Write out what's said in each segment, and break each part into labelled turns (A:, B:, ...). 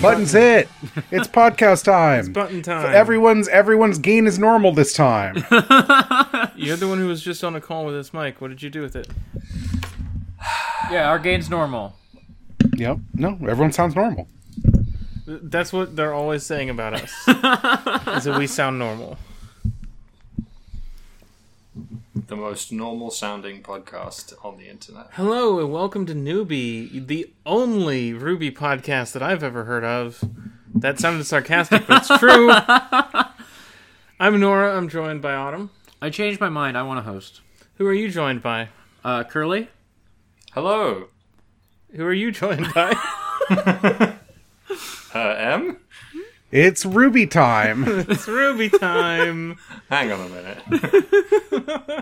A: Buttons hit. It's podcast time.
B: Button time.
A: Everyone's everyone's gain is normal this time.
B: You're the one who was just on a call with this mic. What did you do with it?
C: Yeah, our gain's normal.
A: yep. No, everyone sounds normal.
B: Th- That's what they're always saying about us. is that we sound normal.
D: the most normal sounding podcast on the internet.
B: Hello and welcome to Newbie, the only Ruby podcast that I've ever heard of. That sounded sarcastic, but it's true. I'm Nora. I'm joined by Autumn.
C: I changed my mind. I want to host.
B: Who are you joined by?
C: Uh, Curly?
D: Hello,
B: Who are you joined by?
D: uh, M.
A: It's Ruby time.
B: it's Ruby time.
D: Hang on a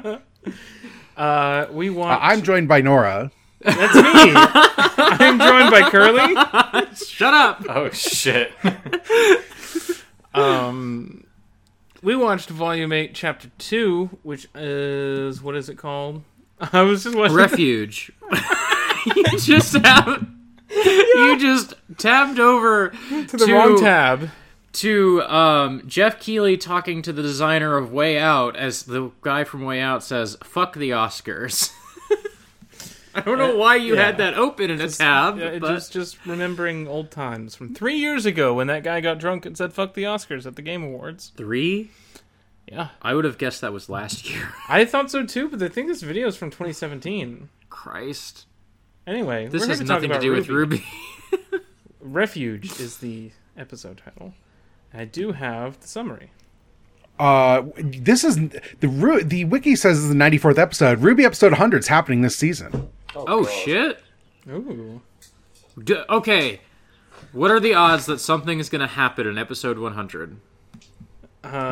D: minute.
B: Uh, we want.
A: I'm joined by Nora.
B: That's me. I'm joined by Curly.
C: Shut up!
D: Oh shit.
B: Um, we watched Volume Eight, Chapter Two, which is what is it called? I was just watching.
C: Refuge. you just have. You just tabbed over to
B: the wrong tab.
C: to, um, Jeff Keighley talking to the designer of Way Out as the guy from Way Out says, "Fuck the Oscars." I don't know why you
B: yeah.
C: had that open in a tab,
B: Yeah, it
C: but
B: just just remembering old times from three years ago when that guy got drunk and said "fuck the Oscars" at the Game Awards.
C: three.
B: Yeah,
C: I would have guessed that was last year.
B: I thought so too, but I think this video is from 2017.
C: Christ,
B: Anyway,
C: this
B: we're
C: has
B: here talk
C: nothing to
B: about
C: do with Ruby.
B: Refuge is the episode title. I do have the summary.
A: Uh, this is the Ru- the wiki says this is the 94th episode. Ruby episode 100 is happening this season.
C: Oh
D: God.
C: shit.
B: Ooh,
C: D- okay. What are the odds that something is going to happen in episode 100?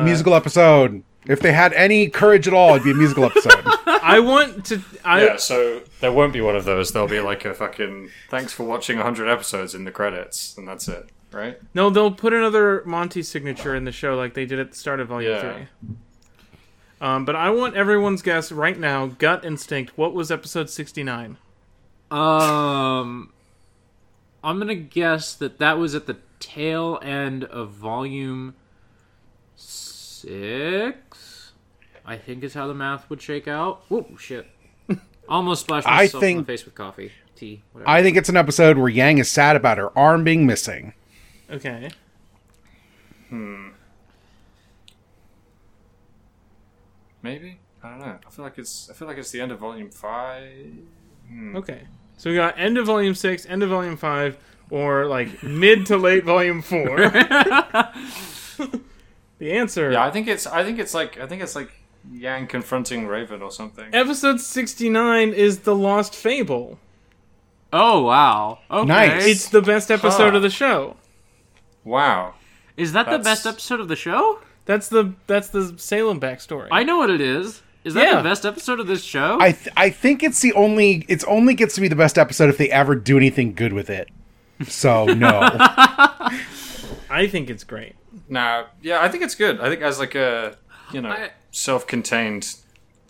A: musical episode. If they had any courage at all, it'd be a musical episode.
B: I want to. I
D: Yeah, so there won't be one of those. There'll be like a fucking thanks for watching 100 episodes in the credits, and that's it, right?
B: No, they'll put another Monty signature in the show like they did at the start of Volume
D: Yeah.
B: 3. Um, but I want everyone's guess right now, gut instinct, what was episode 69?
C: Um I'm going to guess that that was at the tail end of volume 6. I think is how the math would shake out. Oh shit. Almost splashed
A: I
C: myself in
A: think-
C: the face with coffee, tea, whatever.
A: I think it's an episode where Yang is sad about her arm being missing.
B: Okay.
D: Maybe. I don't know. I feel like it's. I feel like it's the end of volume five.
B: Okay. So we got end of Volume 6, end of Volume 5, or like mid to late Volume 4. the answer
D: Yeah, I think it's. I think it's like. I think it's like Yang confronting Raven or something.
B: episode 69 is The Lost Fable.
C: oh wow. Okay.
A: Nice.
B: It's the best episode
D: Huh.
B: of the show.
D: Wow.
C: Is that the
D: That's-
C: best episode of the show?
B: That's the that's the Salem backstory.
C: I know what it is. Is that
B: Yeah.
C: the best episode of this show?
A: I th- I think it's the only it's only gets to be the best episode if they ever do anything good with it. So no,
B: I think it's great.
D: Now, yeah, I think it's good. I think as like a you know
C: I-
D: self-contained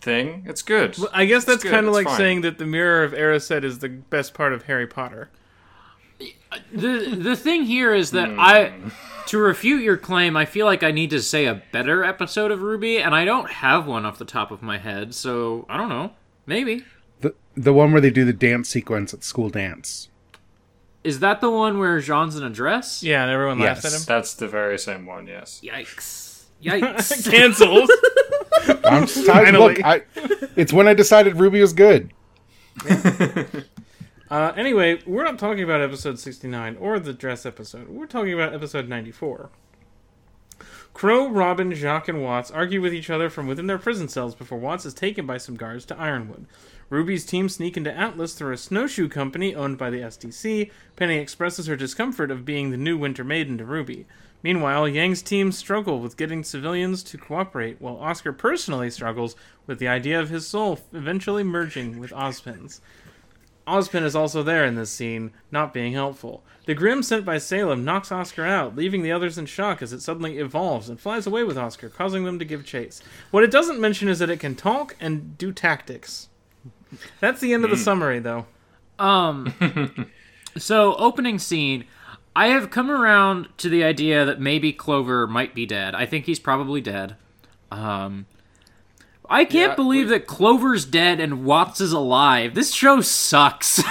D: thing, it's good.
B: I guess that's
D: good,
B: kind of
D: it's
B: like
D: fine.
B: saying that the Mirror of Erised is the best part of Harry Potter.
C: the the thing here is that I to refute your claim, I feel like I need to say a better episode of Ruby, and I don't have one off the top of my head, so I don't know. Maybe.
A: the the one where they do the dance sequence at school dance.
C: Is that the one where Jean's in a dress?
B: Yeah, and everyone
A: Yes.
B: laughs at him.
D: That's the very same one, yes.
C: Yikes. Yikes.
B: Cancels.
A: I'm just, I,
B: Finally.
A: look, I, it's when I decided Ruby was good.
B: uh, anyway, we're not talking about episode 69 or the dress episode. We're talking about episode 94. Crow, Robin, Jacques, and Watts argue with each other from within their prison cells before Watts is taken by some guards to Ironwood. Ruby's team sneak into Atlas through a snowshoe company owned by the SDC. Penny expresses her discomfort of being the new Winter Maiden to Ruby. Meanwhile, Yang's team struggle with getting civilians to cooperate, while Oscar personally struggles with the idea of his soul eventually merging with Ozpin's. Ozpin is also there in this scene, not being helpful. The Grim sent by Salem knocks Oscar out, leaving the others in shock as it suddenly evolves and flies away with Oscar, causing them to give chase. What it doesn't mention is that it can talk and do tactics. That's the end of the summary, though.
C: Um, so opening scene, I have come around to the idea that maybe Clover might be dead. I think he's probably dead. Um, I can't
D: Yeah,
C: believe that Clover's dead and Watts is alive. This show sucks.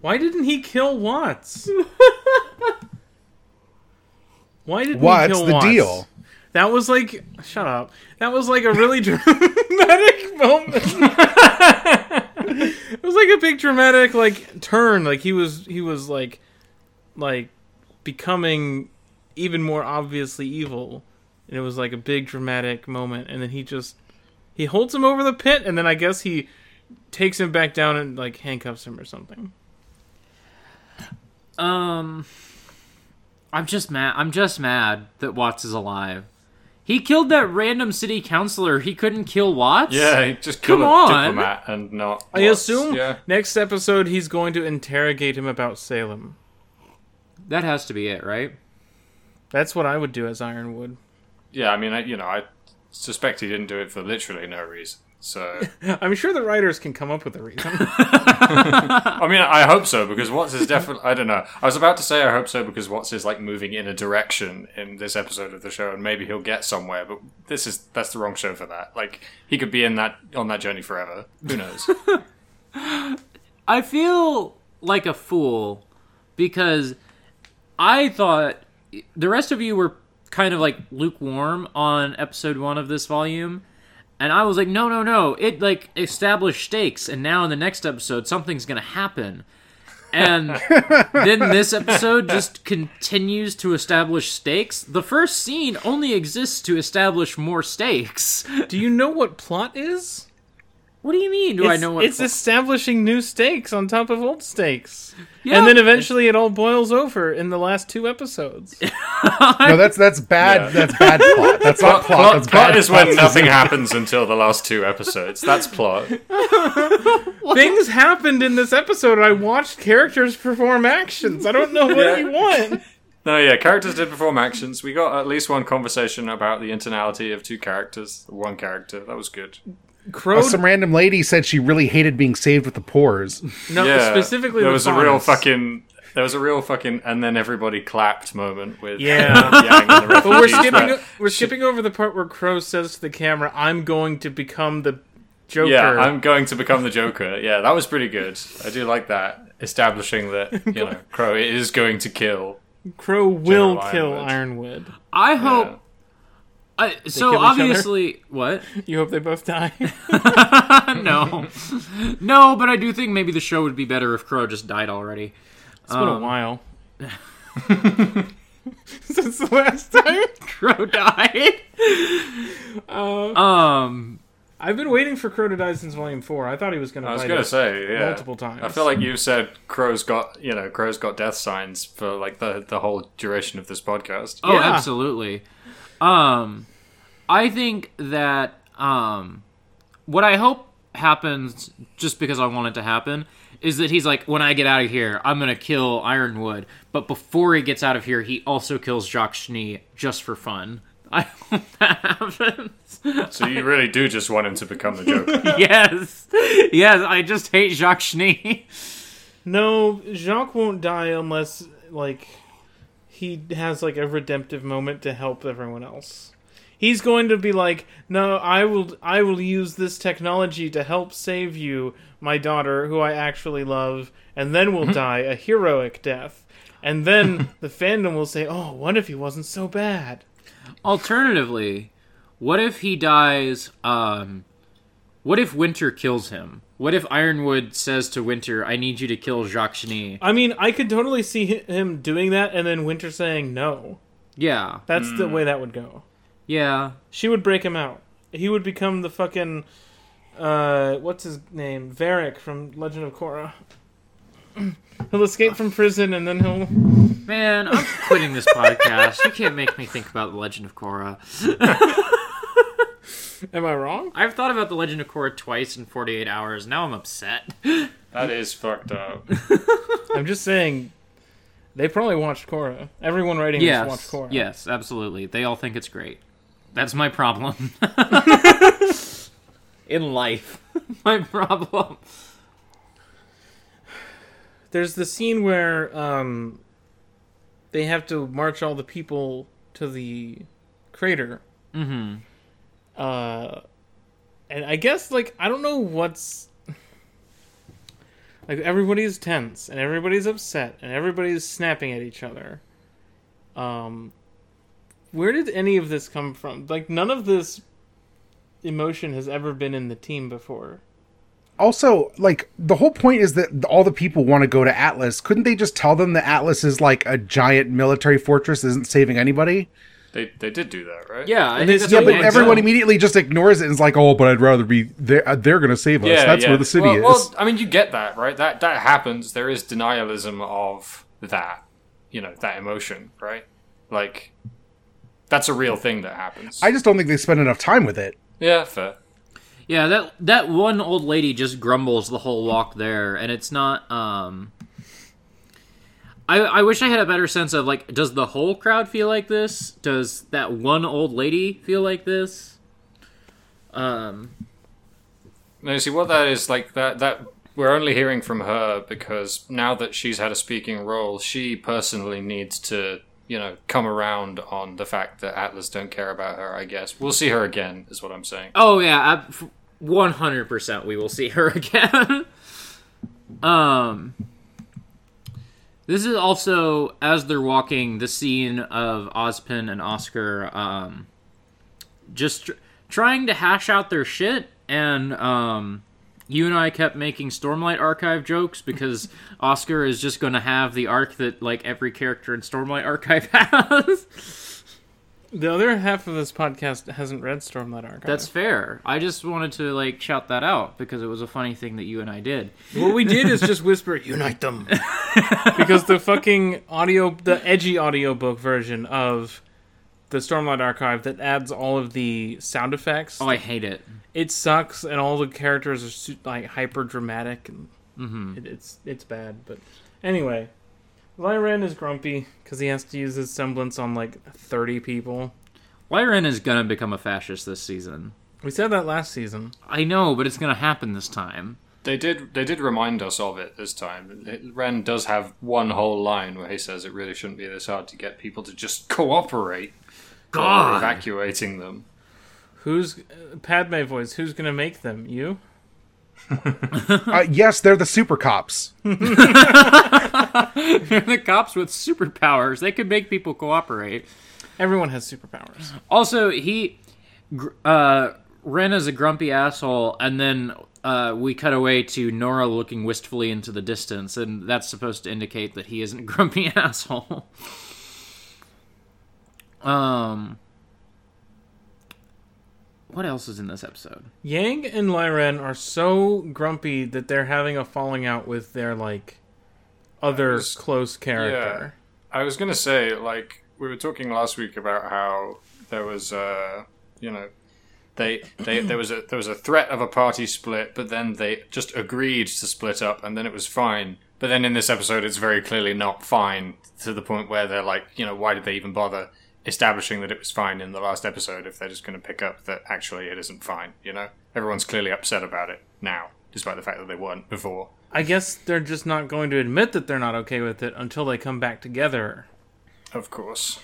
B: Why didn't he kill Watts? Why did he
A: What's
B: kill
A: the
B: Watts?
A: deal?
B: That was like shut up. That was like a really dramatic moment. it was like a big dramatic like turn. Like he was he was like like becoming even more obviously evil. And it was like a big dramatic moment and then he just he holds him over the pit and then I guess he takes him back down and like handcuffs him or something.
C: um, I'm just mad. I'm just mad that Watts is alive. He killed that random city councilor. He couldn't kill Watts.
D: Yeah, he just killed
C: Come
D: a
C: on.
D: diplomat and not.
B: I assume
D: Yeah.
B: next episode he's going to interrogate him about Salem.
C: that has to be it, right?
B: That's what I would do as Ironwood.
D: Yeah, I mean, I, you know, I suspect he didn't do it for literally no reason. So,
B: I'm sure the writers can come up with a reason.
D: I mean, I hope so because Watts is definitely. I don't know. I was about to say I hope so because Watts is like moving in a direction in this episode of the show, and maybe he'll get somewhere. But this is that's the wrong show for that. Like he could be in that on that journey forever. Who knows?
C: I feel like a fool because I thought the rest of you were kind of like lukewarm on episode one of this volume. And I was like, no, no, no. It like established stakes, and now in the next episode, something's going to happen. And then this episode just continues to establish stakes. The first scene only exists to establish more stakes.
B: do you know what plot is?
C: What do you mean? Do I
B: It's-
C: know what?
B: It's establishing new stakes on top of old stakes.
C: Yeah.
B: And then eventually it all boils over in the last two episodes.
A: No, that's that's bad.
D: Yeah.
A: That's bad plot. That's not plot.
D: plot
A: that's
D: plot
A: bad
D: is when
A: plot.
D: nothing happens until the last two episodes. That's plot.
B: Things happened in this episode. I watched characters perform actions. I don't know what
D: Yeah.
B: you want.
D: No, yeah, characters did perform actions. We got at least one conversation about the internality of two characters, one character. That was good.
B: Crow
A: Some random lady said she really hated being saved with the pores.
B: no,
D: yeah,
B: specifically
D: there
B: the
D: was a real
B: Faunus.
D: fucking. There was a real fucking, and then everybody clapped moment with
B: Yeah.
D: Yang and the
B: But we're
D: refugees,
B: skipping
D: but-
B: we're skipping over the part where Crow says to the camera, "I'm going to become the Joker."
D: Yeah, I'm going to become the Joker. Yeah, that was pretty good. I do like that establishing that you know Crow is going to kill.
B: Crow will
D: General
B: kill Ironwood.
C: I hope. I,
B: kill each
C: so
B: other?
C: obviously, what?
B: You hope they both die.
C: no, no, but I do think maybe the show would be better if Crow just died already.
B: It's been a while since the last time.
C: Crow died.
B: Uh,
C: Um,
B: I've been waiting for Crow to die since Volume Four. I thought he was going to.
D: I was
B: fight
D: gonna
B: it.
D: say yeah,
B: multiple times.
D: I feel like you said Crow's got you know Crow's got death signs for like the the whole duration of this podcast.
C: oh,
B: Yeah.
C: absolutely. Um, I think that um, what I hope happens, just because I want it to happen, is that he's like, when I get out of here, I'm gonna kill Ironwood. But before he gets out of here, he also kills Jacques Schnee just for fun. I hope that happens.
D: So you really do just want him to become the Joker.
C: yes, yes. I just hate Jacques Schnee.
B: No, Jacques won't die unless like he has like a redemptive moment to help everyone else. He's going to be like, "No, I will I will use this technology to help save you, my daughter who I actually love, and then will die a heroic death." And then the fandom will say, "Oh, what if he wasn't so bad?"
C: Alternatively, what if he dies? Um, what if Winter kills him? What if Ironwood says to Winter, "I need you to kill Jacques Cheney"?
B: I mean, I could totally see hi- him doing that and then Winter saying no.
C: Yeah,
B: That's the way that would go.
C: yeah.
B: She would break him out. He would become the fucking uh what's his name? Varric from Legend of Korra. he'll escape from prison and then he'll
C: Man, I'm quitting this podcast. You can't make me think about the Legend of Korra.
B: Am I wrong?
C: I've thought about the Legend of Korra twice in 48 hours. Now I'm upset.
D: that is fucked up.
B: I'm just saying they probably watched Korra. Everyone writing this watched
C: Yes,
B: Korra.
C: yes, absolutely. They all think it's great. That's my problem. In life, my problem.
B: There's the scene where um, they have to march all the people to the crater. Mm-hmm. Uh, and I guess like I don't know what's like everybody's tense and everybody's upset and everybody's snapping at each other. Um, where did any of this come from? Like none of this emotion has ever been in the team before.
A: also like the whole point is that all the people want to go to atlas couldn't they just tell them that atlas is like a giant military fortress that isn't saving anybody
D: They they did do that, right?
C: Yeah, I
B: this-
C: think that's
B: yeah,
C: what
A: but
C: we
B: Well,
A: everyone
C: do.
A: immediately just ignores it and is like oh but i'd rather be there uh, they're gonna save us
D: Yeah,
A: that's
D: yeah.
A: where the city
D: well,
A: is
D: Well, I mean, you get that, right? That that happens. There is denialism of that, you know, that emotion, right? Like, that's a real thing that happens.
A: i just don't think they spend enough time with it
D: yeah, fair.
C: Yeah, that that one old lady just grumbles the whole walk there, and it's not. Um, I I wish I had a better sense of like, does the whole crowd feel like this? Does that one old lady feel like this? Um,
D: No, you see, what that is like that that we're only hearing from her because now that she's had a speaking role, she personally needs to, you know, come around on the fact that Atlas don't care about her. I guess we'll see her again, is what I'm saying.
C: Oh yeah, one hundred percent. We will see her again. um, this is also as they're walking the scene of Ozpin and Oscar, um, just tr- trying to hash out their shit, and um, you and I kept making Stormlight Archive jokes because Oscar is just going to have the arc that like every character in Stormlight Archive has.
B: The other half of this podcast hasn't read Stormlight Archive.
C: That's fair. I just wanted to like shout that out because it was a funny thing that you and I did.
B: what we did is just whisper unite them because the fucking audio the edgy audiobook version of the Stormlight Archive that adds all of the sound effects.
C: Oh, I hate it.
B: It sucks, and all the characters are su- like hyper dramatic, and
C: Mm-hmm.
B: it, it's it's bad. But anyway, Lyran is grumpy because he has to use his semblance on like thirty people.
C: Lyran is gonna become a fascist this season.
B: We said that last season.
C: I know, but it's gonna happen this time.
D: They did. They did remind us of it this time. It- Ren does have one whole line where he says it really shouldn't be this hard to get people to just cooperate, while we're
C: God,
D: evacuating them.
B: Who's uh, Padme voice? Who's gonna make them? You?
A: uh, yes they're the super cops
C: they're the cops with superpowers. They could make people cooperate.
B: Everyone has superpowers.
C: Also, he, gr- uh, Ren is a grumpy asshole, and then uh, we cut away to Nora looking wistfully into the distance, and that's supposed to indicate that he isn't a grumpy asshole. um, what else is in this episode?
B: Yang and Lyran are so grumpy that they're having a falling out with their like other
D: was-
B: close character.
D: I was gonna say, like we were talking last week about how there was, uh, you know, they they there was a there was a threat of a party split, but then they just agreed to split up, and then it was fine. But then in this episode, it's very clearly not fine to the point where they're like, you know, why did they even bother establishing that it was fine in the last episode if they're just going to pick up that actually it isn't fine? You know, everyone's clearly upset about it now, despite the fact that they weren't before.
B: I guess they're just not going to admit that they're not okay with it until they come back together,
D: Of course.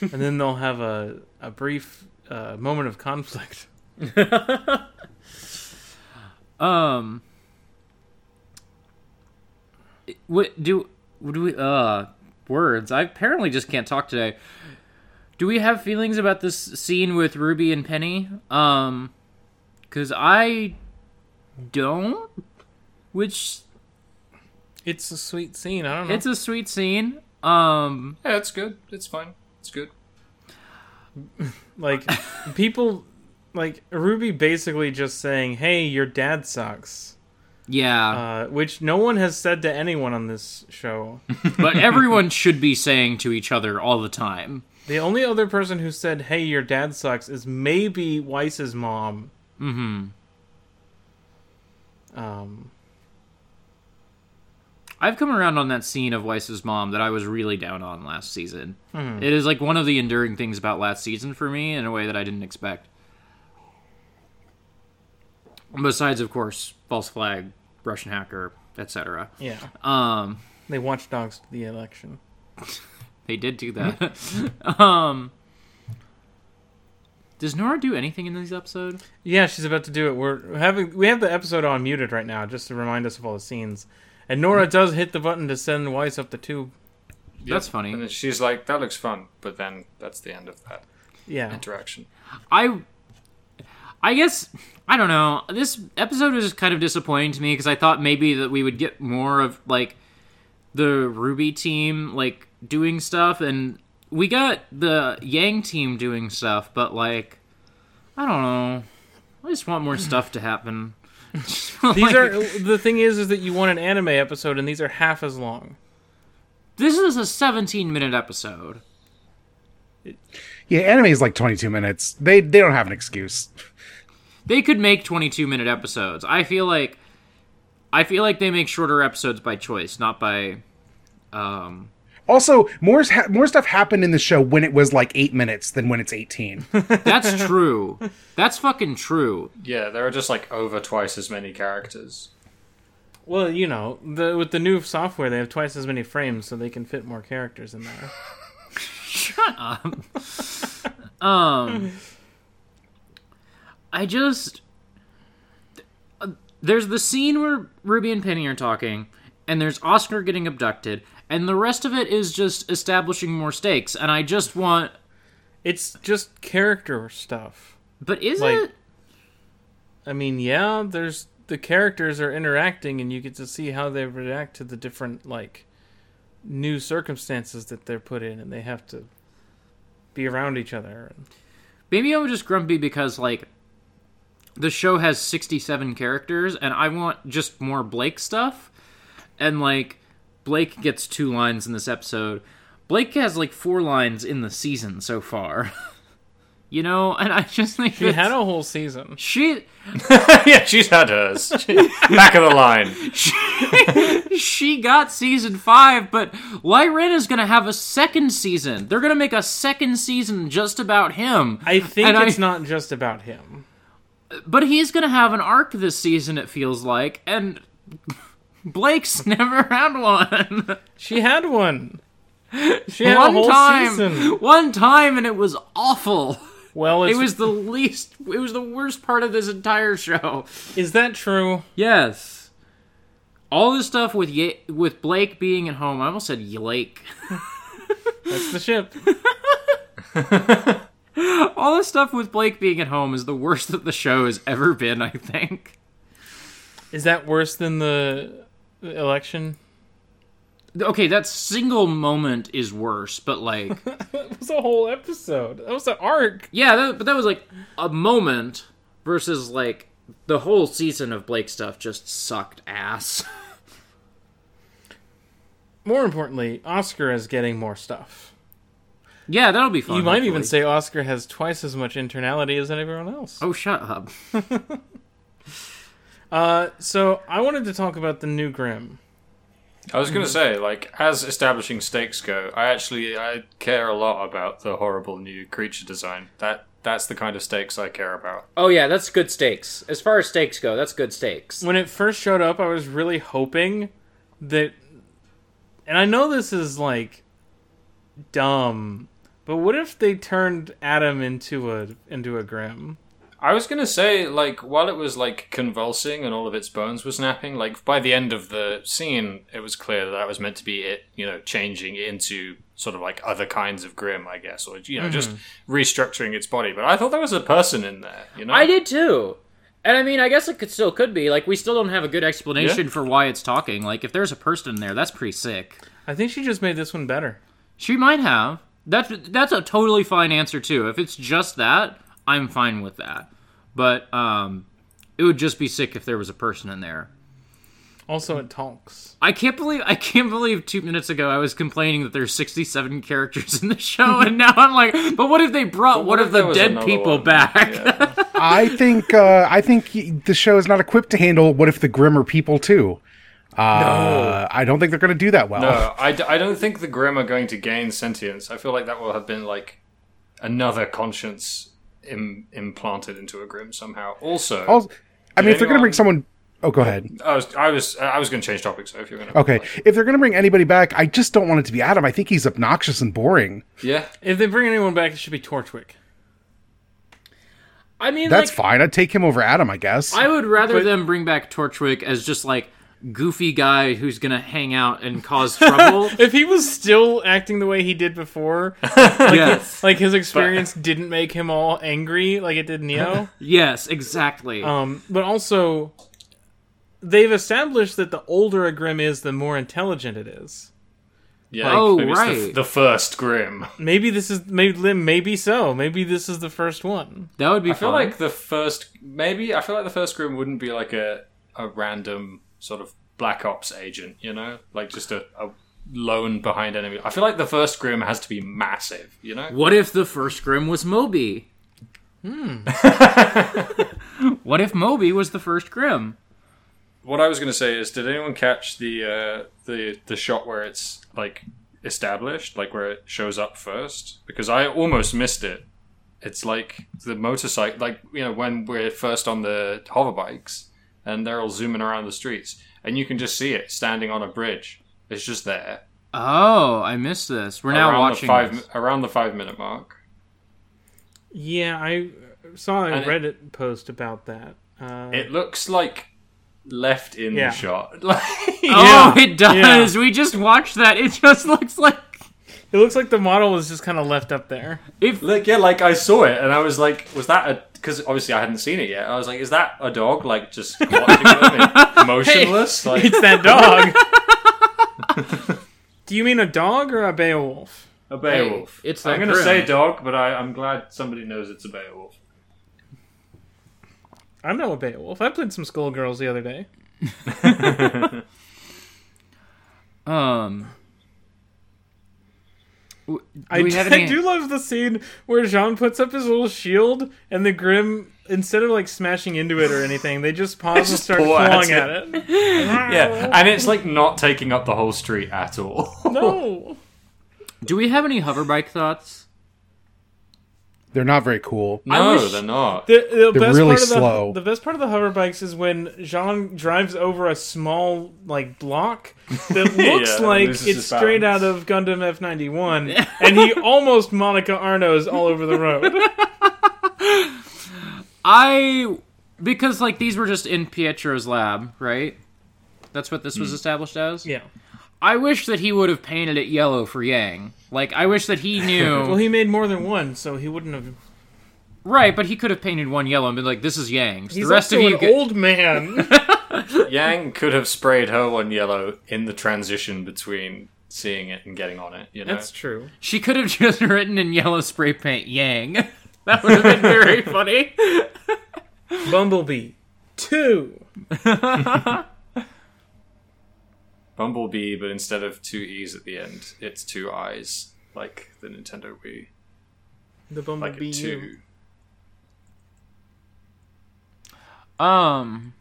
B: and then they'll have a a brief uh, moment of conflict.
C: Um, what do do we uh words? I apparently just can't talk today. Do we have feelings about this scene with Ruby and Penny? Um, because I don't. Which
B: It's a sweet scene. I don't know.
C: it's a sweet scene. Um,
D: Yeah, it's good. It's fine. It's good.
B: like people like Ruby basically just saying, "Hey, your dad sucks,"
C: yeah,
B: uh, which no one has said to anyone on this show.
C: but everyone should be saying to each other all the time.
B: The only other person who said, "Hey, your dad sucks," is maybe Weiss's mom. Mm-hmm. Um,
C: I've come around on that scene of Weiss's mom that I was really down on last season. It is like one of the enduring things about last season for me in a way that I didn't expect. Besides, of course, false flag, Russian hacker, etc.
B: yeah.
C: Um,
B: They watchdogs the election.
C: They did do that. um, does Nora do anything in this episode?
B: Yeah, she's about to do it. We're having we have the episode on muted right now, just to remind us of all the scenes. And Nora does hit the button to send Weiss up the tube.
C: That's funny.
D: And then she's like, "That looks fun," but then that's the end of that
B: Yeah,
D: interaction.
C: I I guess I don't know. This episode was kind of disappointing to me because I thought maybe that we would get more of like the Ruby team like doing stuff and we got the Yang team doing stuff, but like I don't know. I just want more stuff to happen.
B: these are the thing is is that you want an anime episode, and these are half as long.
C: This is a 17 minute episode.
A: Yeah, anime is like 22 minutes. They they don't have an excuse.
C: they could make 22 minute episodes i feel like i feel like they make shorter episodes by choice not by um
A: Also, more ha- more stuff happened in the show when it was like 8 minutes than when it's 18.
C: that's true that's fucking true
D: Yeah, there are just like over twice as many characters.
B: Well, you know, the, with the new software, they have twice as many frames, so they can fit more characters in there.
C: um i just uh, there's the scene where ruby and penny are talking and there's oscar getting abducted and the rest of it is just establishing more stakes and i just want
B: It's just character stuff.
C: but is
B: Like-
C: it
B: I mean, yeah, there's the characters are interacting, and you get to see how they react to the different like new circumstances that they're put in, and they have to be around each other.
C: Maybe I'm just grumpy because like the show has 67 characters and I want just more Blake stuff. And like Blake gets two lines in this episode. Blake has like four lines in the season so far. you know, and I just think
B: They had
C: that's-
B: a whole season.
C: she
D: yeah, she's had hers. Back of the line.
C: she got season 5, but Lyran is going to have a second season. They're going to make a second season just about him.
B: I think
C: And I-
B: it's not just about him.
C: But he's going to have an arc this season, it feels like, and Blake's never had one.
B: She had one. She had a
C: one
B: whole
C: time.
B: season.
C: One time, and it was awful.
B: Well, it's,
C: It was the least, it was the worst part of this entire show.
B: is that true?
C: Yes. All this stuff with Ye- with Blake being at home, I almost said Blake.
B: That's the ship.
C: All this stuff with Blake being at home is the worst that the show has ever been, I think.
B: Is that worse than the election?
C: Okay, that single moment is worse, but like,
B: It was a whole episode. That was an arc.
C: Yeah, that, but that was like a moment versus like the whole season of Blake stuff just sucked ass.
B: More importantly, Oscar is getting more stuff.
C: yeah, that'll be fun.
B: You might
C: hopefully.
B: even say Oscar has twice as much internality as everyone else.
C: "Oh, shut up."
B: Uh, so I wanted to talk about the new Grimm.
D: I was gonna say, like, as establishing stakes go, I actually I care a lot about the horrible new creature design. That that's the kind of stakes I care about.
C: Oh yeah, that's good stakes. As far as stakes go, that's good stakes.
B: When it first showed up, I was really hoping that, and I know this is like dumb, but what if they turned Adam into a into a Grimm?
D: I was gonna say, like, while it was like convulsing and all of its bones were snapping, like by the end of the scene, it was clear that that was meant to be it, you know, changing into sort of like other kinds of grim, I guess, or you know, just restructuring its body. But I thought there was a person in there, you know.
C: I did too. And I mean, I guess it could still could be like we still don't have a good explanation for why it's talking. Like if there's a person in there, that's pretty sick.
B: I think she just made this one better.
C: She might have. That's that's a totally fine answer too. If it's just that, I'm fine with that. But um, it would just be sick if there was a person in there.
B: Also, it talks.
C: I can't believe I can't believe two minutes ago I was complaining that there's 67 characters in the show, and now I'm like, but what if they brought one of
D: there
C: the
D: was
C: dead
D: another
C: people
D: one?
C: back?
D: Yeah.
A: I think uh, I think he- the show is not equipped to handle what if the grimmer people too. Uh, I don't think they're going to do that well.
D: No, Uh, I, d- I don't think the Grim are going to gain sentience. I feel like that will have been like another conscience Im- implanted into a Grim somehow. Also,
A: Als- I mean, if they're going to
D: anyone-
A: bring someone, Oh, go ahead.
D: I was I was I was going to change topics. So if you're going to
A: Okay, if they're going to bring anybody back, I just don't want it to be Adam. I think he's obnoxious and boring.
D: yeah,
B: If they bring anyone back, it should be Torchwick.
C: I mean,
A: That's
C: like,
A: fine. I'd take him over Adam, I guess.
C: I would rather them bring back Torchwick as just like goofy guy who's gonna hang out and cause trouble.
B: If he was still acting the way he did before,
C: yes,
B: like his experience didn't make him all angry like it did Neo.
C: yes, exactly.
B: Um, but also, they've established that the older a Grim is, the more intelligent it is.
D: yeah.
C: Oh,
D: maybe it's the-
C: right.
D: The, first Grim.
B: Maybe this is maybe maybe so. Maybe this is the first one.
C: that would be
D: I feel
C: fun.
D: like the first maybe I feel like the first Grim wouldn't be like a a random sort of Black Ops agent, you know, like just a. a lone behind enemy i feel like the first grim has to be massive you know
C: What if the first Grim was Moby? Hmm. what if Moby was the first Grim?
D: what I was going to say is, did anyone catch the uh, the the shot where it's like established, like where it shows up first? Because I almost missed it. It's like the motorcycle, like you know, when we're first on the hover bikes and they're all zooming around the streets, and you can just see it standing on a bridge. It's just there
C: Oh, I missed this. We're now
D: around
C: watching.
D: the five
C: this.
D: around the five minute mark.
B: Yeah, I saw a
D: And it-
B: Reddit post about that. Uh,
D: It looks like left in
B: Yeah.
D: the shot. Like,
C: Oh, it does. We just watched that. It just looks like
B: it looks like the model was just kind of left up there.
D: Like yeah, like I saw it and I was like, was that a? Because obviously I hadn't seen it yet. I was like, is that a dog like just watching them and motionless? like
B: It's that dog. Do you mean a dog or a Beowulf?
D: a Beowulf.
C: Hey, it's
D: I'm
C: that
D: gonna
C: grim.
D: say dog, but I, I'm glad somebody knows it's a Beowulf.
B: I know a Beowulf. I played some Skullgirls the other day.
C: um. w- do
B: I,
C: we
B: d-
C: have
B: I
C: any-
B: do love the scene where Jean puts up his little shield and the Grim, instead of like smashing into it or anything, they just pause and
D: just
B: start
D: pour at
B: clawing
D: it.
B: at it.
D: Yeah, and it's like not taking up the whole street at all.
B: No.
C: Do we have any hover bike thoughts?
A: they're not very cool.
D: no,
C: wish-
D: they're not.
B: The, the best
A: really
B: part of the,
A: slow.
B: The best part of the hover bikes is when Jean drives over a small like block that looks
D: Yeah,
B: like
D: loses
B: it's
D: his
B: straight
D: balance.
B: out of Gundam F ninety one, and he almost Monica Arno's all over the road.
C: I because like these were just in Pietro's lab, right? That's what this was established as.
B: Mm. yeah.
C: I wish that he would have painted it yellow for Yang. Like I wish that he knew.
B: Well, he made more than one, so he wouldn't have.
C: right, but he could have painted one yellow and been like, "This is Yang's."
B: He's
C: the rest of
B: also
C: you,
B: an
C: get-
B: old man.
D: Yang could have sprayed her one yellow in the transition between seeing it and getting on it. You know,
B: That's true.
C: she could have just written in yellow spray paint Yang. that would have been very funny.
B: Bumblebee two.
D: Bumblebee, but instead of two e's at the end, it's two eyes, like the Nintendo Wii,
B: The
D: like
B: Bumblebee
D: a two.
C: Um,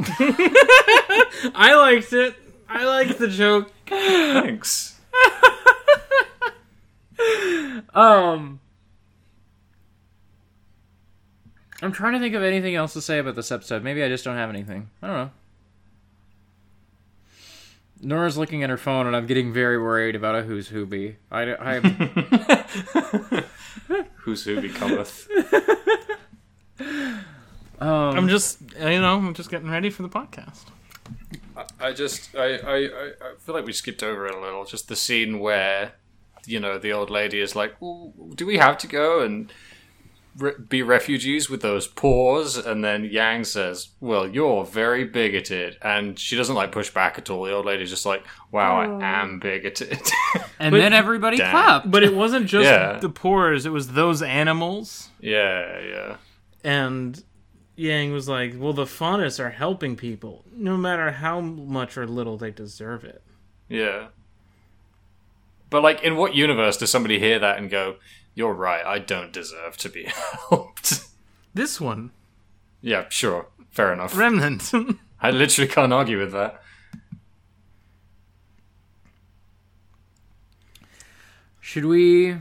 B: I liked it. I liked the joke.
D: Thanks.
C: um. I'm trying to think of anything else to say about this episode. Maybe I just don't have anything. I don't know. Nora's looking at her phone, and I'm getting very worried about a who's who be. I, I, um,
D: Who's who becometh.
B: I'm just, you know, I'm just getting ready for the podcast.
D: I just, I, I, I I feel like we skipped over it a little. Just the scene where, you know, the old lady is like, "Ooh, "Do we have to go and re- be refugees with those paws?" And then Yang says, "Well, you're very bigoted," and she doesn't like push back at all. The old lady's just like, "Wow, I am bigoted."
C: and then everybody
D: Damn.
C: clapped.
B: But it wasn't just
D: Yeah.
B: the pores, it was those animals.
D: yeah, yeah.
B: And Yang was like, Well, the faunus are helping people, no matter how much or little they deserve it.
D: Yeah. But like in what universe does somebody hear that and go, You're right, I don't deserve to be helped?
B: This one,
D: yeah, sure. Fair enough.
B: Remnant.
D: I literally can't argue with that.
C: Should we?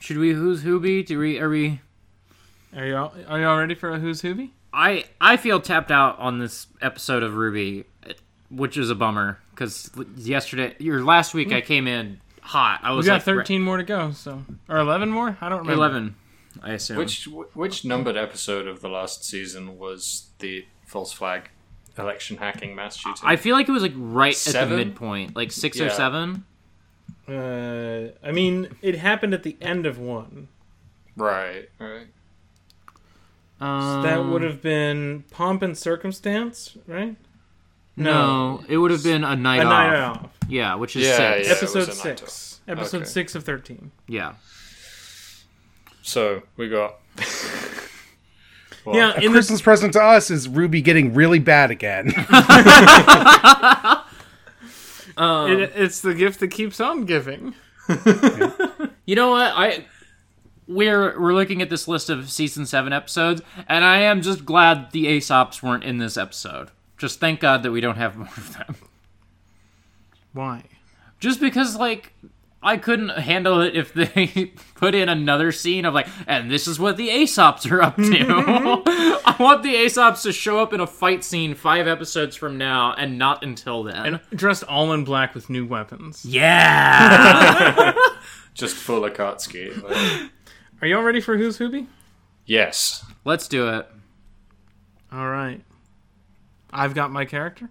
C: Should we? Who's Hooby? Do we? Are we?
B: are, y'all, are y'all ready for a Who's Hoovy?
C: I I feel tapped out on this episode of Ruby, which is a bummer because yesterday or last week I came in hot. I
B: We
C: was
B: got
C: like,
B: thirteen more to go, so or eleven more? I don't remember.
C: eleven. I assume.
D: Which which numbered episode of the last season was the false flag election hacking mass shooting?
C: I feel like it was like right at the
D: Seven?
C: midpoint, like six or
D: Yeah.
C: seven.
B: Uh, I mean, it happened at the end of one.
D: right, right.
C: Um,
B: That would have been pomp and circumstance, right?
C: no. It would have been a night
B: a
C: off.
B: night off.
C: Yeah, which is
D: Yeah,
C: six.
D: yeah. it was
B: Episode
D: a night
B: six.
D: off.
B: Episode
D: Okay.
B: six of thirteen.
C: Yeah.
D: So we got
B: Yeah, in the
A: Christmas present to us is Ruby getting really bad again.
B: It, it's the gift that keeps on giving.
C: You know what? I we're we're looking at this list of season seven episodes, and I am just glad the Aesops weren't in this episode. Just thank God that we don't have more of them.
B: Why?
C: Just because like I couldn't handle it if they put in another scene of like, and this is what the Aesops are up to. I want the Aesops to show up in a fight scene five episodes from now and not until then.
B: Dressed all in black with new weapons.
C: yeah.
D: just full Akatsuki. Like,
B: Are y'all ready for Who's Hoobie?
D: yes.
C: Let's do it.
B: All right. I've got my character.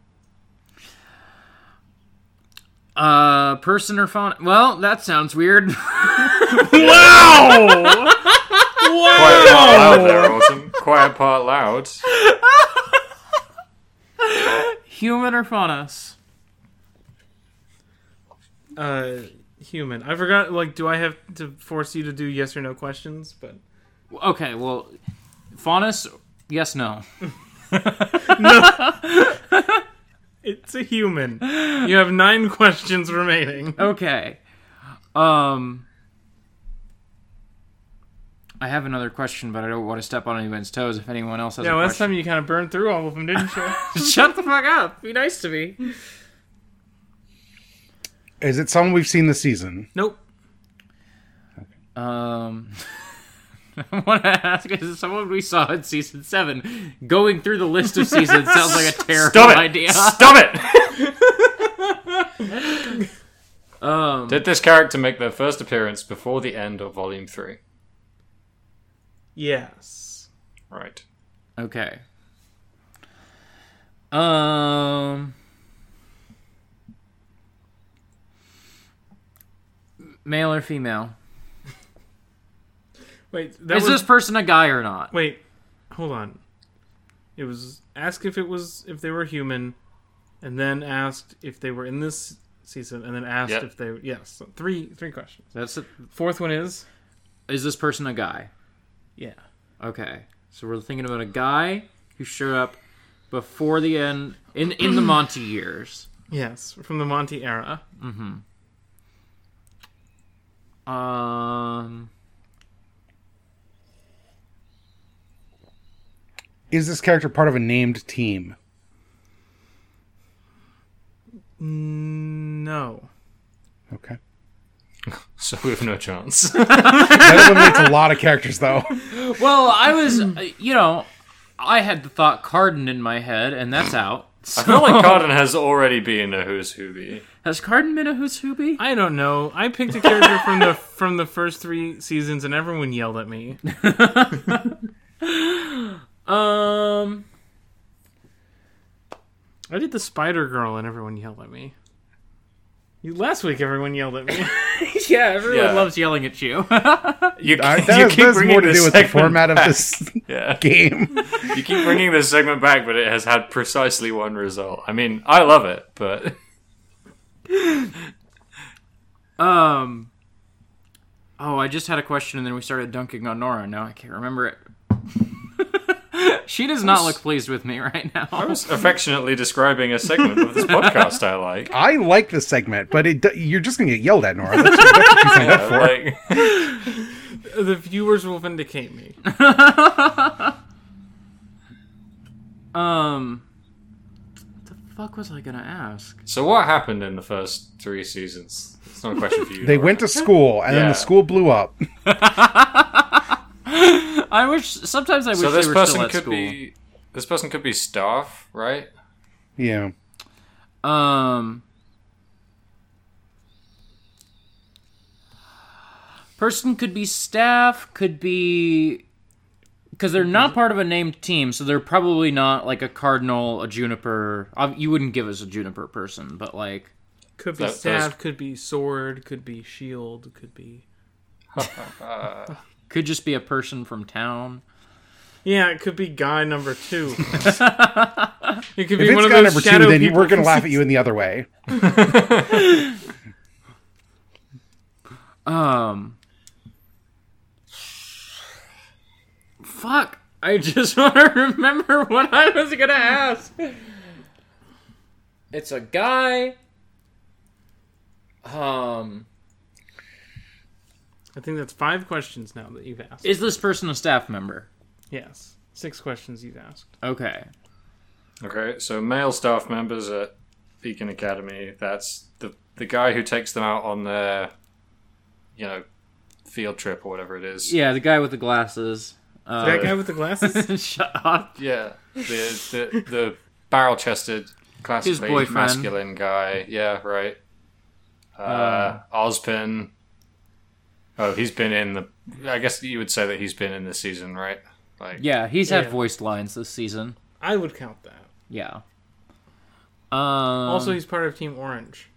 C: Uh person or phone Well, that sounds weird.
B: Wow!
D: Quiet part loud there, awesome. Quiet part loud.
C: Human or faunus?
B: uh, human. I forgot. Like, do I have to force you to do yes or no questions? But
C: Okay, well, faunus, yes, no.
B: it's a human. You have nine questions remaining.
C: Okay. Um, I have another question, but I don't want to step on anyone's toes. If anyone else has
B: Yeah,
C: a
B: last
C: question,
B: time you kind of burned through all of them, didn't you?
C: shut the fuck up. Be nice to me.
A: is it someone we've seen this season?
B: nope.
C: Um, I want to ask: Is someone we saw in season seven going through the list of seasons sounds like a terrible
D: Stop it!
C: idea?
D: Stop it!
C: Um,
D: Did this character make their first appearance before the end of Volume Three?
B: Yes.
D: Right.
C: okay. Um. Male or female?
B: Wait. That
C: Is
B: was.
C: this person a guy or not?
B: Wait. Hold on. It was ask if it was if they were human, and then asked if they were in this season, and then asked
D: Yep.
B: if they yes so three three questions.
C: That's a,
B: Fourth one is
C: is this person a guy?
B: yeah
C: Okay, so we're thinking about a guy who showed up before the end in in the Monty years.
B: yes from the Monty era.
C: Um,
A: Is this character part of a named team?
B: No.
A: Okay.
D: So we have no chance.
A: That eliminates a lot of characters, though.
C: well, I was, uh, you know, I had the thought Cardin in my head, and that's out.
D: I feel like Cardin has already been a Who's Who Be.
C: Has Cardin been a Who's Who Be?
B: I don't know. I picked a character from the from the first three seasons, and everyone yelled at me.
C: Um,
B: I did the Spider Girl, and everyone yelled at me. You last week, everyone yelled at me.
C: yeah, everyone
D: Yeah.
C: loves yelling at you.
D: You,
A: I,
D: you
A: that
D: keep
A: has
D: bringing
A: more to
D: this
A: do with the
D: segment
A: format of
D: back.
A: this
D: Yeah.
A: game.
D: You keep bringing this segment back, but it has had precisely one result. I mean, I love it, but
C: um, oh, I just had a question, and then we started dunking on Nora. Now I can't remember it. she does not look pleased with me right now.
D: I was affectionately describing a segment of this podcast I like.
A: I like this segment, but it, do- you're just going to get yelled at, Nora. That's, that's what you signed up for.
D: Like,
B: the viewers will vindicate me.
C: Um, what the fuck was I gonna ask?
D: so, what happened in the first three seasons? It's not a question for you.
A: They
D: Laura.
A: went to school, and then
D: Yeah.
A: the school blew up.
C: I wish sometimes I wish
D: So
C: they
D: this
C: were still
D: person
C: at
D: could
C: school.
D: be This person could be staff, right?
A: Yeah.
C: Um, person could be staff, could be because they're not part of a named team, so they're probably not like a cardinal, a juniper. ob- You wouldn't give us a juniper person, but like
B: Could be
D: That- that
B: staff,
D: was-
B: could be sword, could be shield, could be.
C: could just be a person from town.
B: Yeah, it could be guy number two. it could be
A: If it's
B: one of
A: guy
B: those
A: number
B: shadow
A: two, then you-
B: people.
A: we're going to laugh at you in the other way.
C: Um, fuck. I just want to remember what I was gonna ask. It's a guy. Um,
B: I think that's five questions now that you've asked.
C: is this person a staff member?
B: yes, six questions you've asked.
C: Okay.
D: Okay, so male staff members at Beacon Academy. That's the the guy who takes them out on their, you know, field trip or whatever it is.
C: Yeah, the guy with the glasses. Uh,
B: that guy with the glasses.
C: shut up.
D: Yeah, the the, the barrel chested, classically
C: boyfriend.
D: masculine guy. Yeah, right. Uh, Ozpin. Oh, he's been in the. I guess you would say that he's been in this season, right? Like,
C: Yeah, he's
B: Yeah.
C: had voiced lines this season.
B: I would count that.
C: Yeah. Um,
B: Also, he's part of Team Orange.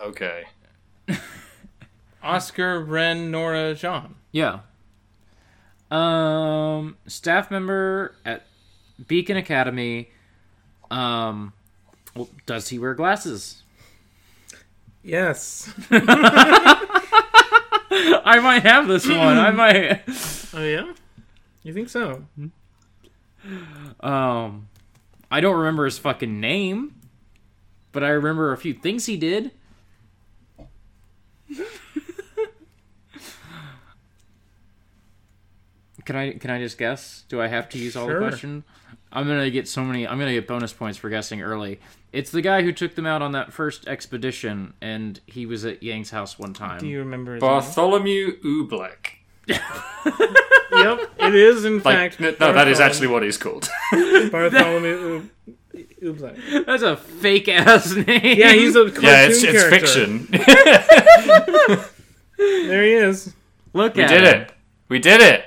D: okay.
B: Oscar, Ren, Nora, Jean.
C: Yeah. Um, staff member at Beacon Academy. Um, well, does he wear glasses?
B: Yes.
C: I might have this one. I might.
B: Oh yeah. You think so?
C: Um, I don't remember his fucking name, but I remember a few things he did. can I can I just guess? Do I have to use all
B: Sure.
C: the question? I'm gonna get so many. I'm gonna get bonus points for guessing early. It's the guy who took them out on that first expedition, and he was at Yang's house one time.
B: Do you remember? His
D: Bartholomew Ublek.
B: name? yep, it is in
D: Like,
B: fact.
D: no, no, that is actually what he's called.
B: Bartholomew. Bartholomew Oob- Oobleck.
C: That's a fake ass name.
B: Yeah, he's a cartoon
D: yeah, it's it's
B: character.
D: fiction.
B: There he is.
C: look
D: We
C: at
D: did
C: him.
D: it. We did it.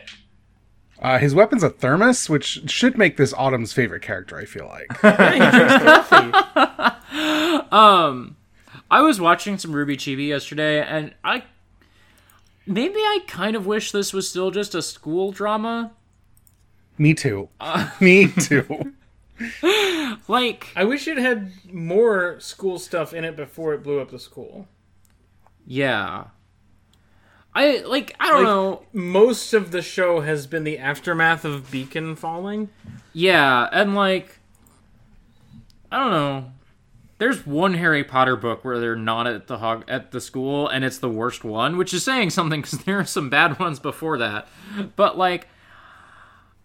A: Uh, his weapon's a thermos, which should make this Autumn's favorite character, I feel like.
C: I was watching some Ruby Chibi yesterday, and I maybe I kind of wish this was still just a school drama.
A: Me too. Me too.
C: Like,
B: I wish it had more school stuff in it before it blew up the school.
C: yeah, I like I don't
B: Like-
C: know.
B: Most of the show has been the aftermath of Beacon falling.
C: Yeah, and like I don't know. There's one Harry Potter book where they're not at the hog- at the school, and it's the worst one, which is saying something because there are some bad ones before that. But like,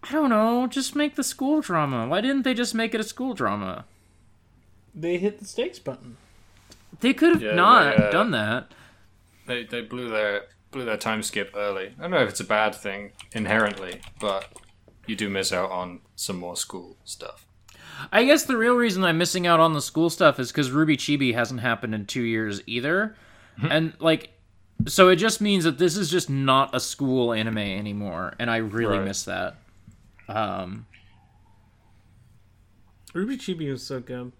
C: I don't know. Just make the school drama. Why didn't they just make it a school drama?
B: They hit the stakes button.
C: They could have
D: Yeah,
C: not
D: yeah.
C: done that.
D: They they blew their blew their time skip early. I don't know if it's a bad thing inherently, but you do miss out on some more school stuff.
C: I guess the real reason I'm missing out on the school stuff is because Ruby Chibi hasn't happened in two years either.
D: Hmm.
C: and, like, so it just means that this is just not a school anime anymore. And I really
D: Right.
C: miss that. Um,
B: Ruby Chibi was so good.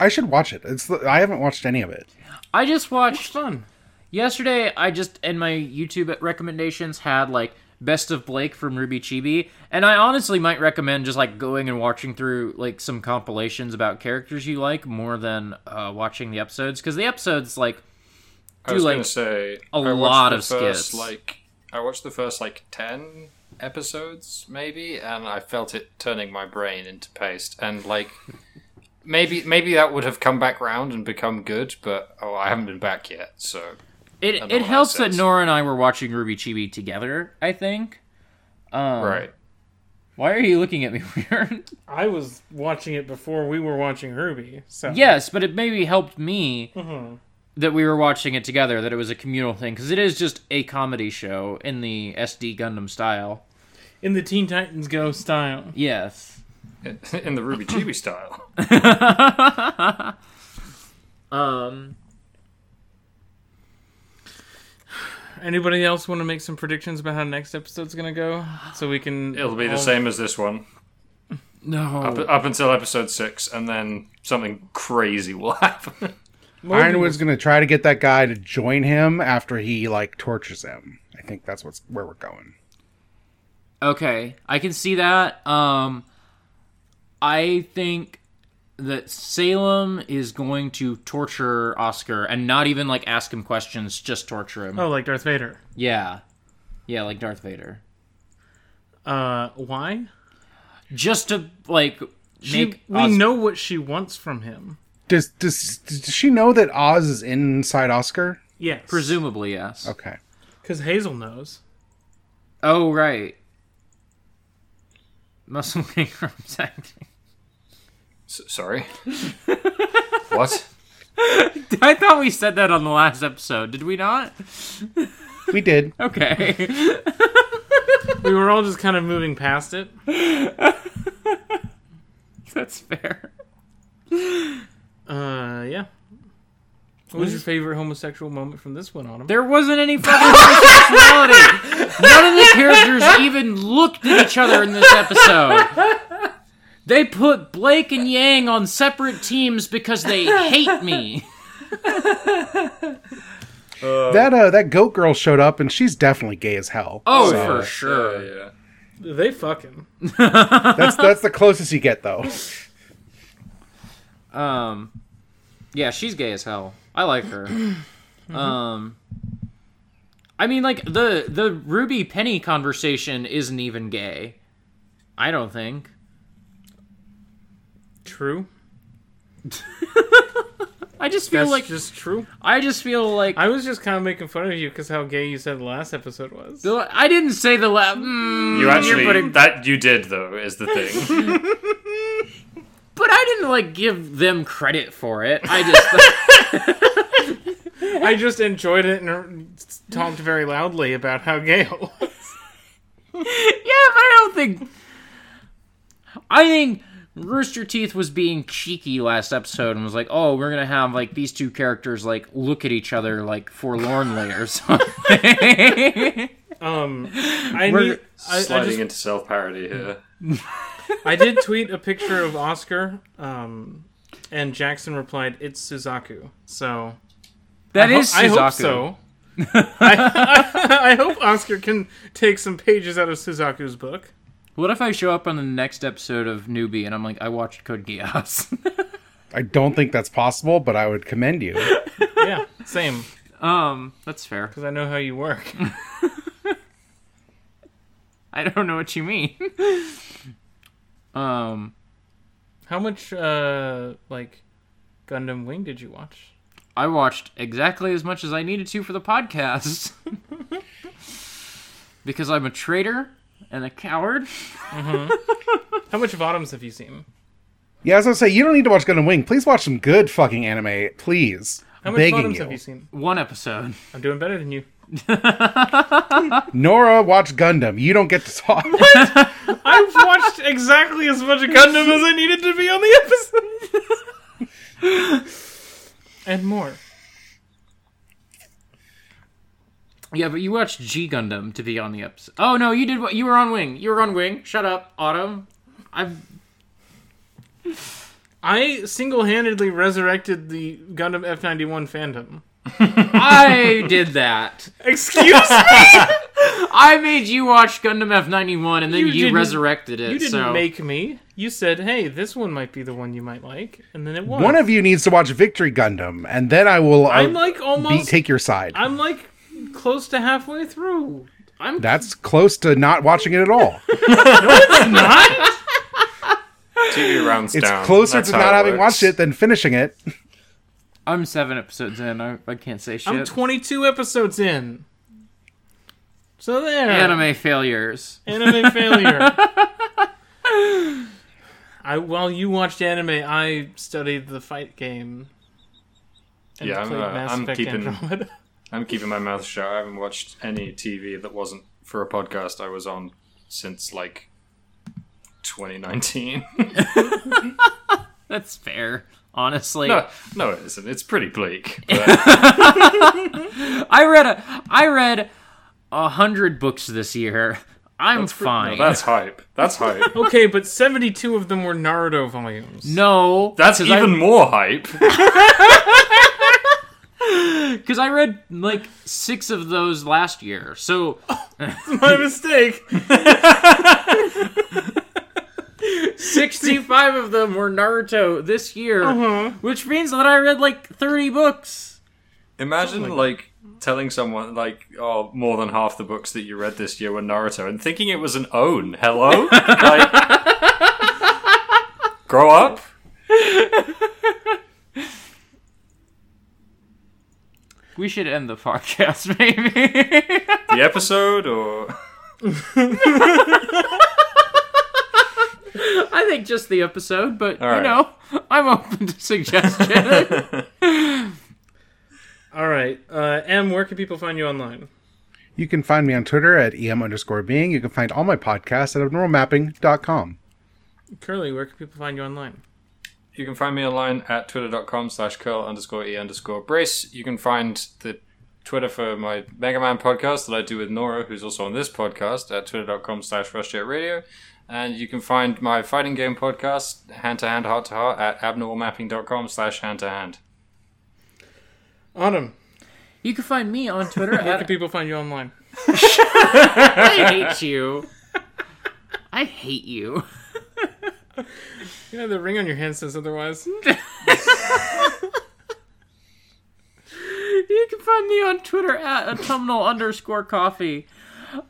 A: I should watch it. It's the, I haven't watched any of it.
C: I just watched
B: Fun.
C: yesterday. I just, and my YouTube recommendations had, like, Best of Blake from Ruby Chibi. And I honestly might recommend just, like, going and watching through, like, some compilations about characters you like more than uh, watching the episodes. Because the episodes, like,
D: I was
C: like,
D: gonna say
C: a
D: I watched
C: lot
D: the
C: of
D: first,
C: skits.
D: Like I watched the first like ten episodes maybe, and I felt it turning my brain into paste. And like maybe maybe that would have come back round and become good, but oh, I haven't been back yet, so.
C: It
D: don't know
C: it
D: what that
C: helps that
D: says.
C: Nora and I were watching Ruby Chibi together. I think. Um,
D: Right.
C: Why are you looking at me weird?
B: I was watching it before we were watching Ruby. So
C: yes, but it maybe helped me that we were watching it together. That it was a communal thing because it is just a comedy show in the SD Gundam style.
B: in the Teen Titans Go style.
C: Yes.
D: in the Ruby Chibi style.
C: Um.
B: Anybody else want to make some predictions about how next episode's gonna go, so we can?
D: It'll be the
B: all-
D: same as this one up,
B: Hmm.
C: No.
D: up until episode six, and then something crazy will happen.
B: Well,
A: Ironwood's gonna try to get that guy to join him after he like tortures him. I think that's what's where we're going.
C: Okay, I can see that. Um, I think that Salem is going to torture Oscar and not even like ask him questions, just torture him.
B: Oh, like Darth Vader.
C: Yeah, yeah, like Darth Vader,
B: Uh, why?
C: just to like
B: She,
C: make.
B: we
C: Os-
B: know what she wants from him.
A: Does, does does she know that Oz is inside Oscar?
B: Yes,
C: presumably yes.
A: Okay.
B: because Hazel knows.
C: Oh right, muscle Ingram's acting.
D: S- sorry. what?
C: I thought we said that on the last episode. Did we not?
A: We did.
C: Okay.
B: We were all just kind of moving past it.
C: That's fair.
B: Uh, yeah. What was your favorite homosexual moment from this one, Autumn?
C: There wasn't any fucking homosexuality. None of the characters even looked at each other in this episode. They put Blake and Yang on separate teams because they hate me.
A: that uh that goat girl showed up and she's definitely gay as hell.
C: Oh,
A: So,
C: for sure.
D: Yeah, yeah.
B: They fucking.
A: that's that's the closest you get though.
C: Um, yeah, she's gay as hell. I like her.
B: Mm-hmm.
C: Um, I mean, like the the Ruby Penny conversation isn't even gay. I don't think.
B: True.
C: I just feel
B: That's
C: like
B: just true.
C: I just feel like
B: I was just kind of making fun of you because how gay you said the last episode was.
C: The- I didn't say the last. Mm,
D: You
C: you're
D: actually
C: putting-
D: that you did though is the thing.
C: but I didn't like give them credit for it. I just,
B: I just enjoyed it and er, talked very loudly about how gay it was.
C: yeah, but I don't think. I think Rooster Teeth was being cheeky last episode and was like, "Oh, we're gonna have like these two characters like look at each other like forlornly or something."
B: Um, I
C: We're
B: need, I, I,
D: Sliding
B: just,
D: into self parody here.
B: I did tweet a picture of Oscar, um, and Jackson replied, "It's Suzaku." So
C: That
B: Ho-
C: is
B: I hope
C: Suzaku.
B: so. I, I, I hope Oscar can take some pages out of Suzaku's book.
C: What if I show up on the next episode of Newbie and I'm like, "I watched Code Geass."
A: I don't think that's possible, but I would commend you.
B: Yeah, same.
C: um, that's fair.
B: Because I know how you work.
C: I don't know what you mean. um.
B: How much, uh, like, Gundam Wing did you watch?
C: I watched exactly as much as I needed to for the podcast. because I'm a traitor and a coward.
B: How much of Autumn's have you seen?
A: Yeah, as I say, you don't need to watch Gundam Wing. Please watch some good fucking anime, please.
B: How much of
A: Begging
B: Autumn's
A: you.
B: have you seen?
C: One episode.
B: I'm doing better than you.
A: Nora, watch Gundam. You don't get to talk.
B: I've watched exactly as much Gundam as I needed to be on the episode. and more.
C: Yeah, but you watched G Gundam to be on the episode. Oh no, you did what you were on Wing. You were on Wing. Shut up, Autumn. I've
B: I single handedly resurrected the Gundam F 91 fandom.
C: I did that.
B: Excuse me?
C: I made you watch Gundam F ninety one and then
B: You
C: you,
B: didn't-
C: resurrected it.
B: You didn't
C: so
B: make me. You said, hey, this one might be the one you might like. And then it was.
A: One of you needs to watch Victory Gundam, and then I will uh,
B: I'm like
A: be,
B: almost.
A: take your side.
B: I'm like close to halfway through. I'm
A: That's close to not watching it at all.
D: TV rounds
A: It's
D: down.
A: closer
D: That's
A: to
D: how
A: not having
D: works.
A: watched it than finishing it.
C: I'm seven episodes in. I, I can't say shit.
B: I'm 22 episodes in. So there.
C: Anime failures.
B: Anime failure. I while you watched anime, I studied the fight game. And
D: Yeah, I'm,
B: played
D: uh,
B: Mass
D: I'm
B: Effect
D: keeping-
B: Andromeda.
D: I'm keeping my mouth shut. I haven't watched any TV that wasn't for a podcast I was on since like 2019.
C: That's fair. Honestly,
D: no, no, it isn't. It's pretty bleak. But
C: I read a I read a hundred books this year. I'm fine.
D: that's hype. That's hype.
B: Okay, but 72 of them were Naruto volumes.
C: no,
D: That's
C: 'cause I-
D: even more hype.
C: Because I read like six of those last year. So
B: My mistake.
C: 65 of them were Naruto this year, which means that I read like 30 books.
D: Imagine like telling someone like, "Oh, more than half the books that you read this year were Naruto," and thinking it was an own. Hello, like, grow up.
C: We should end the podcast, maybe.
D: The episode, or
C: I think just the episode, but
D: All right.
C: you know, I'm open to suggestions.
B: All right. Uh, M, where can people find you online?
A: You can find me on Twitter at em underscore being. You can find all my podcasts at abnormalmapping.com.
B: Curly, where can people find you online?
D: you can find me online at twitter.com slash curl underscore e underscore brace. You can find the Twitter for my Mega Man podcast that I do with Nora, who's also on this podcast, at twitter.com slash rushjet radio. And you can find my fighting game podcast, hand to hand, heart to heart, at abnormalmapping.com slash hand to hand.
B: Autumn,
C: you can find me on Twitter
B: where can
C: at
B: people find you online?
C: I hate you. I hate you.
B: You know, the ring on your hand says otherwise.
C: You can find me on Twitter at autumnal underscore coffee.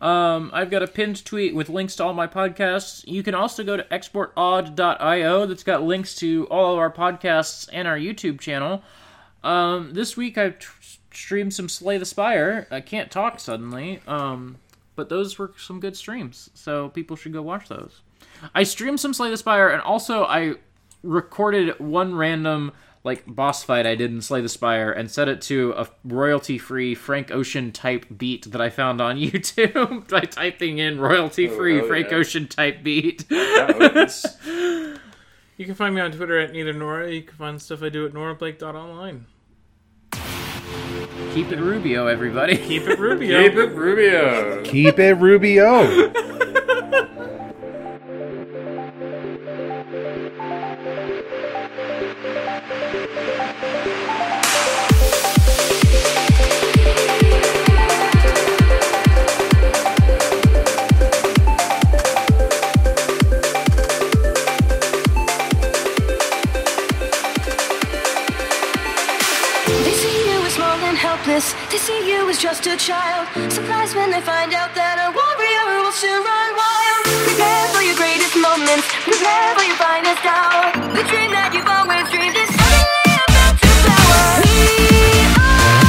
C: Um, I've got a pinned tweet with links to all my podcasts. You can also go to exportaud.io. That's got links to all of our podcasts and our YouTube channel. Um, this week I've tr- streamed some Slay the Spire. I can't talk suddenly. Um, but those were some good streams, so people should go watch those. I streamed some Slay the Spire, and also I recorded one random like boss fight I did in Slay the Spire and set it to a royalty free Frank Ocean type beat that I found on YouTube by typing in royalty free
D: Oh, oh,
C: Frank
D: yeah.
C: Ocean type beat.
B: You can find me on Twitter at neither Nora. You can find stuff I do at norablake.online.
C: Keep it Rubio, everybody.
B: Keep it Rubio.
D: Keep it Rubio.
A: Keep it Rubio.
E: They see you as more than helpless. They see you as just a child. Surprised when they find out that a warrior will soon run wild. Prepare for your greatest moments. Prepare for your finest hour. The dream that you've always dreamed is suddenly about to flower. We are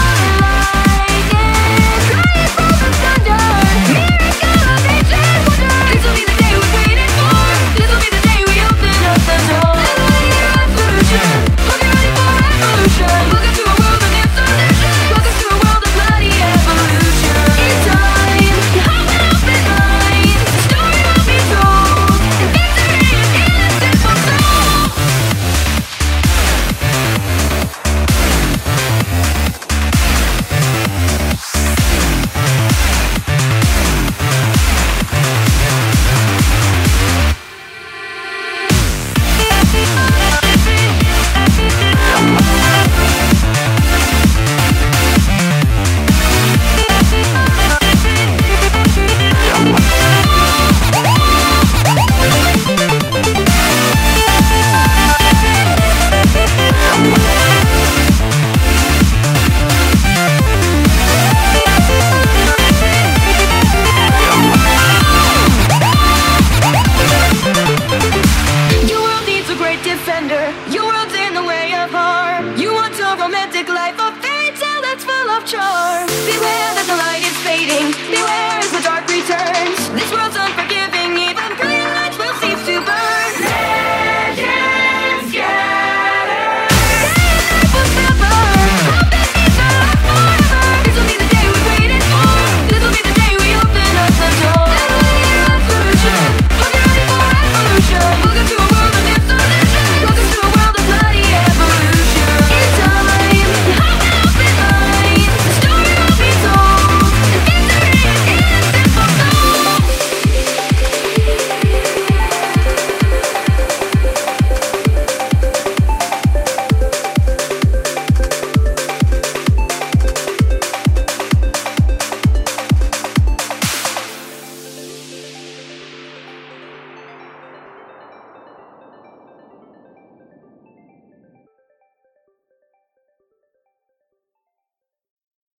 E: like it. Crying from the thunder. Miracle of ancient wonder. This will be the day we waited for. This will be the day we open up the door. This will be the revolution. Hope you're ready for revolution. Welcome to a world of new solutions. Welcome to a world of bloody evolution. It's time. Your heart will open wide. The story will be told. And victory is in a simple soul. Your world needs a great defender. Your world's in the way of harm. You want a romantic life, a fairy tale that's full of charm.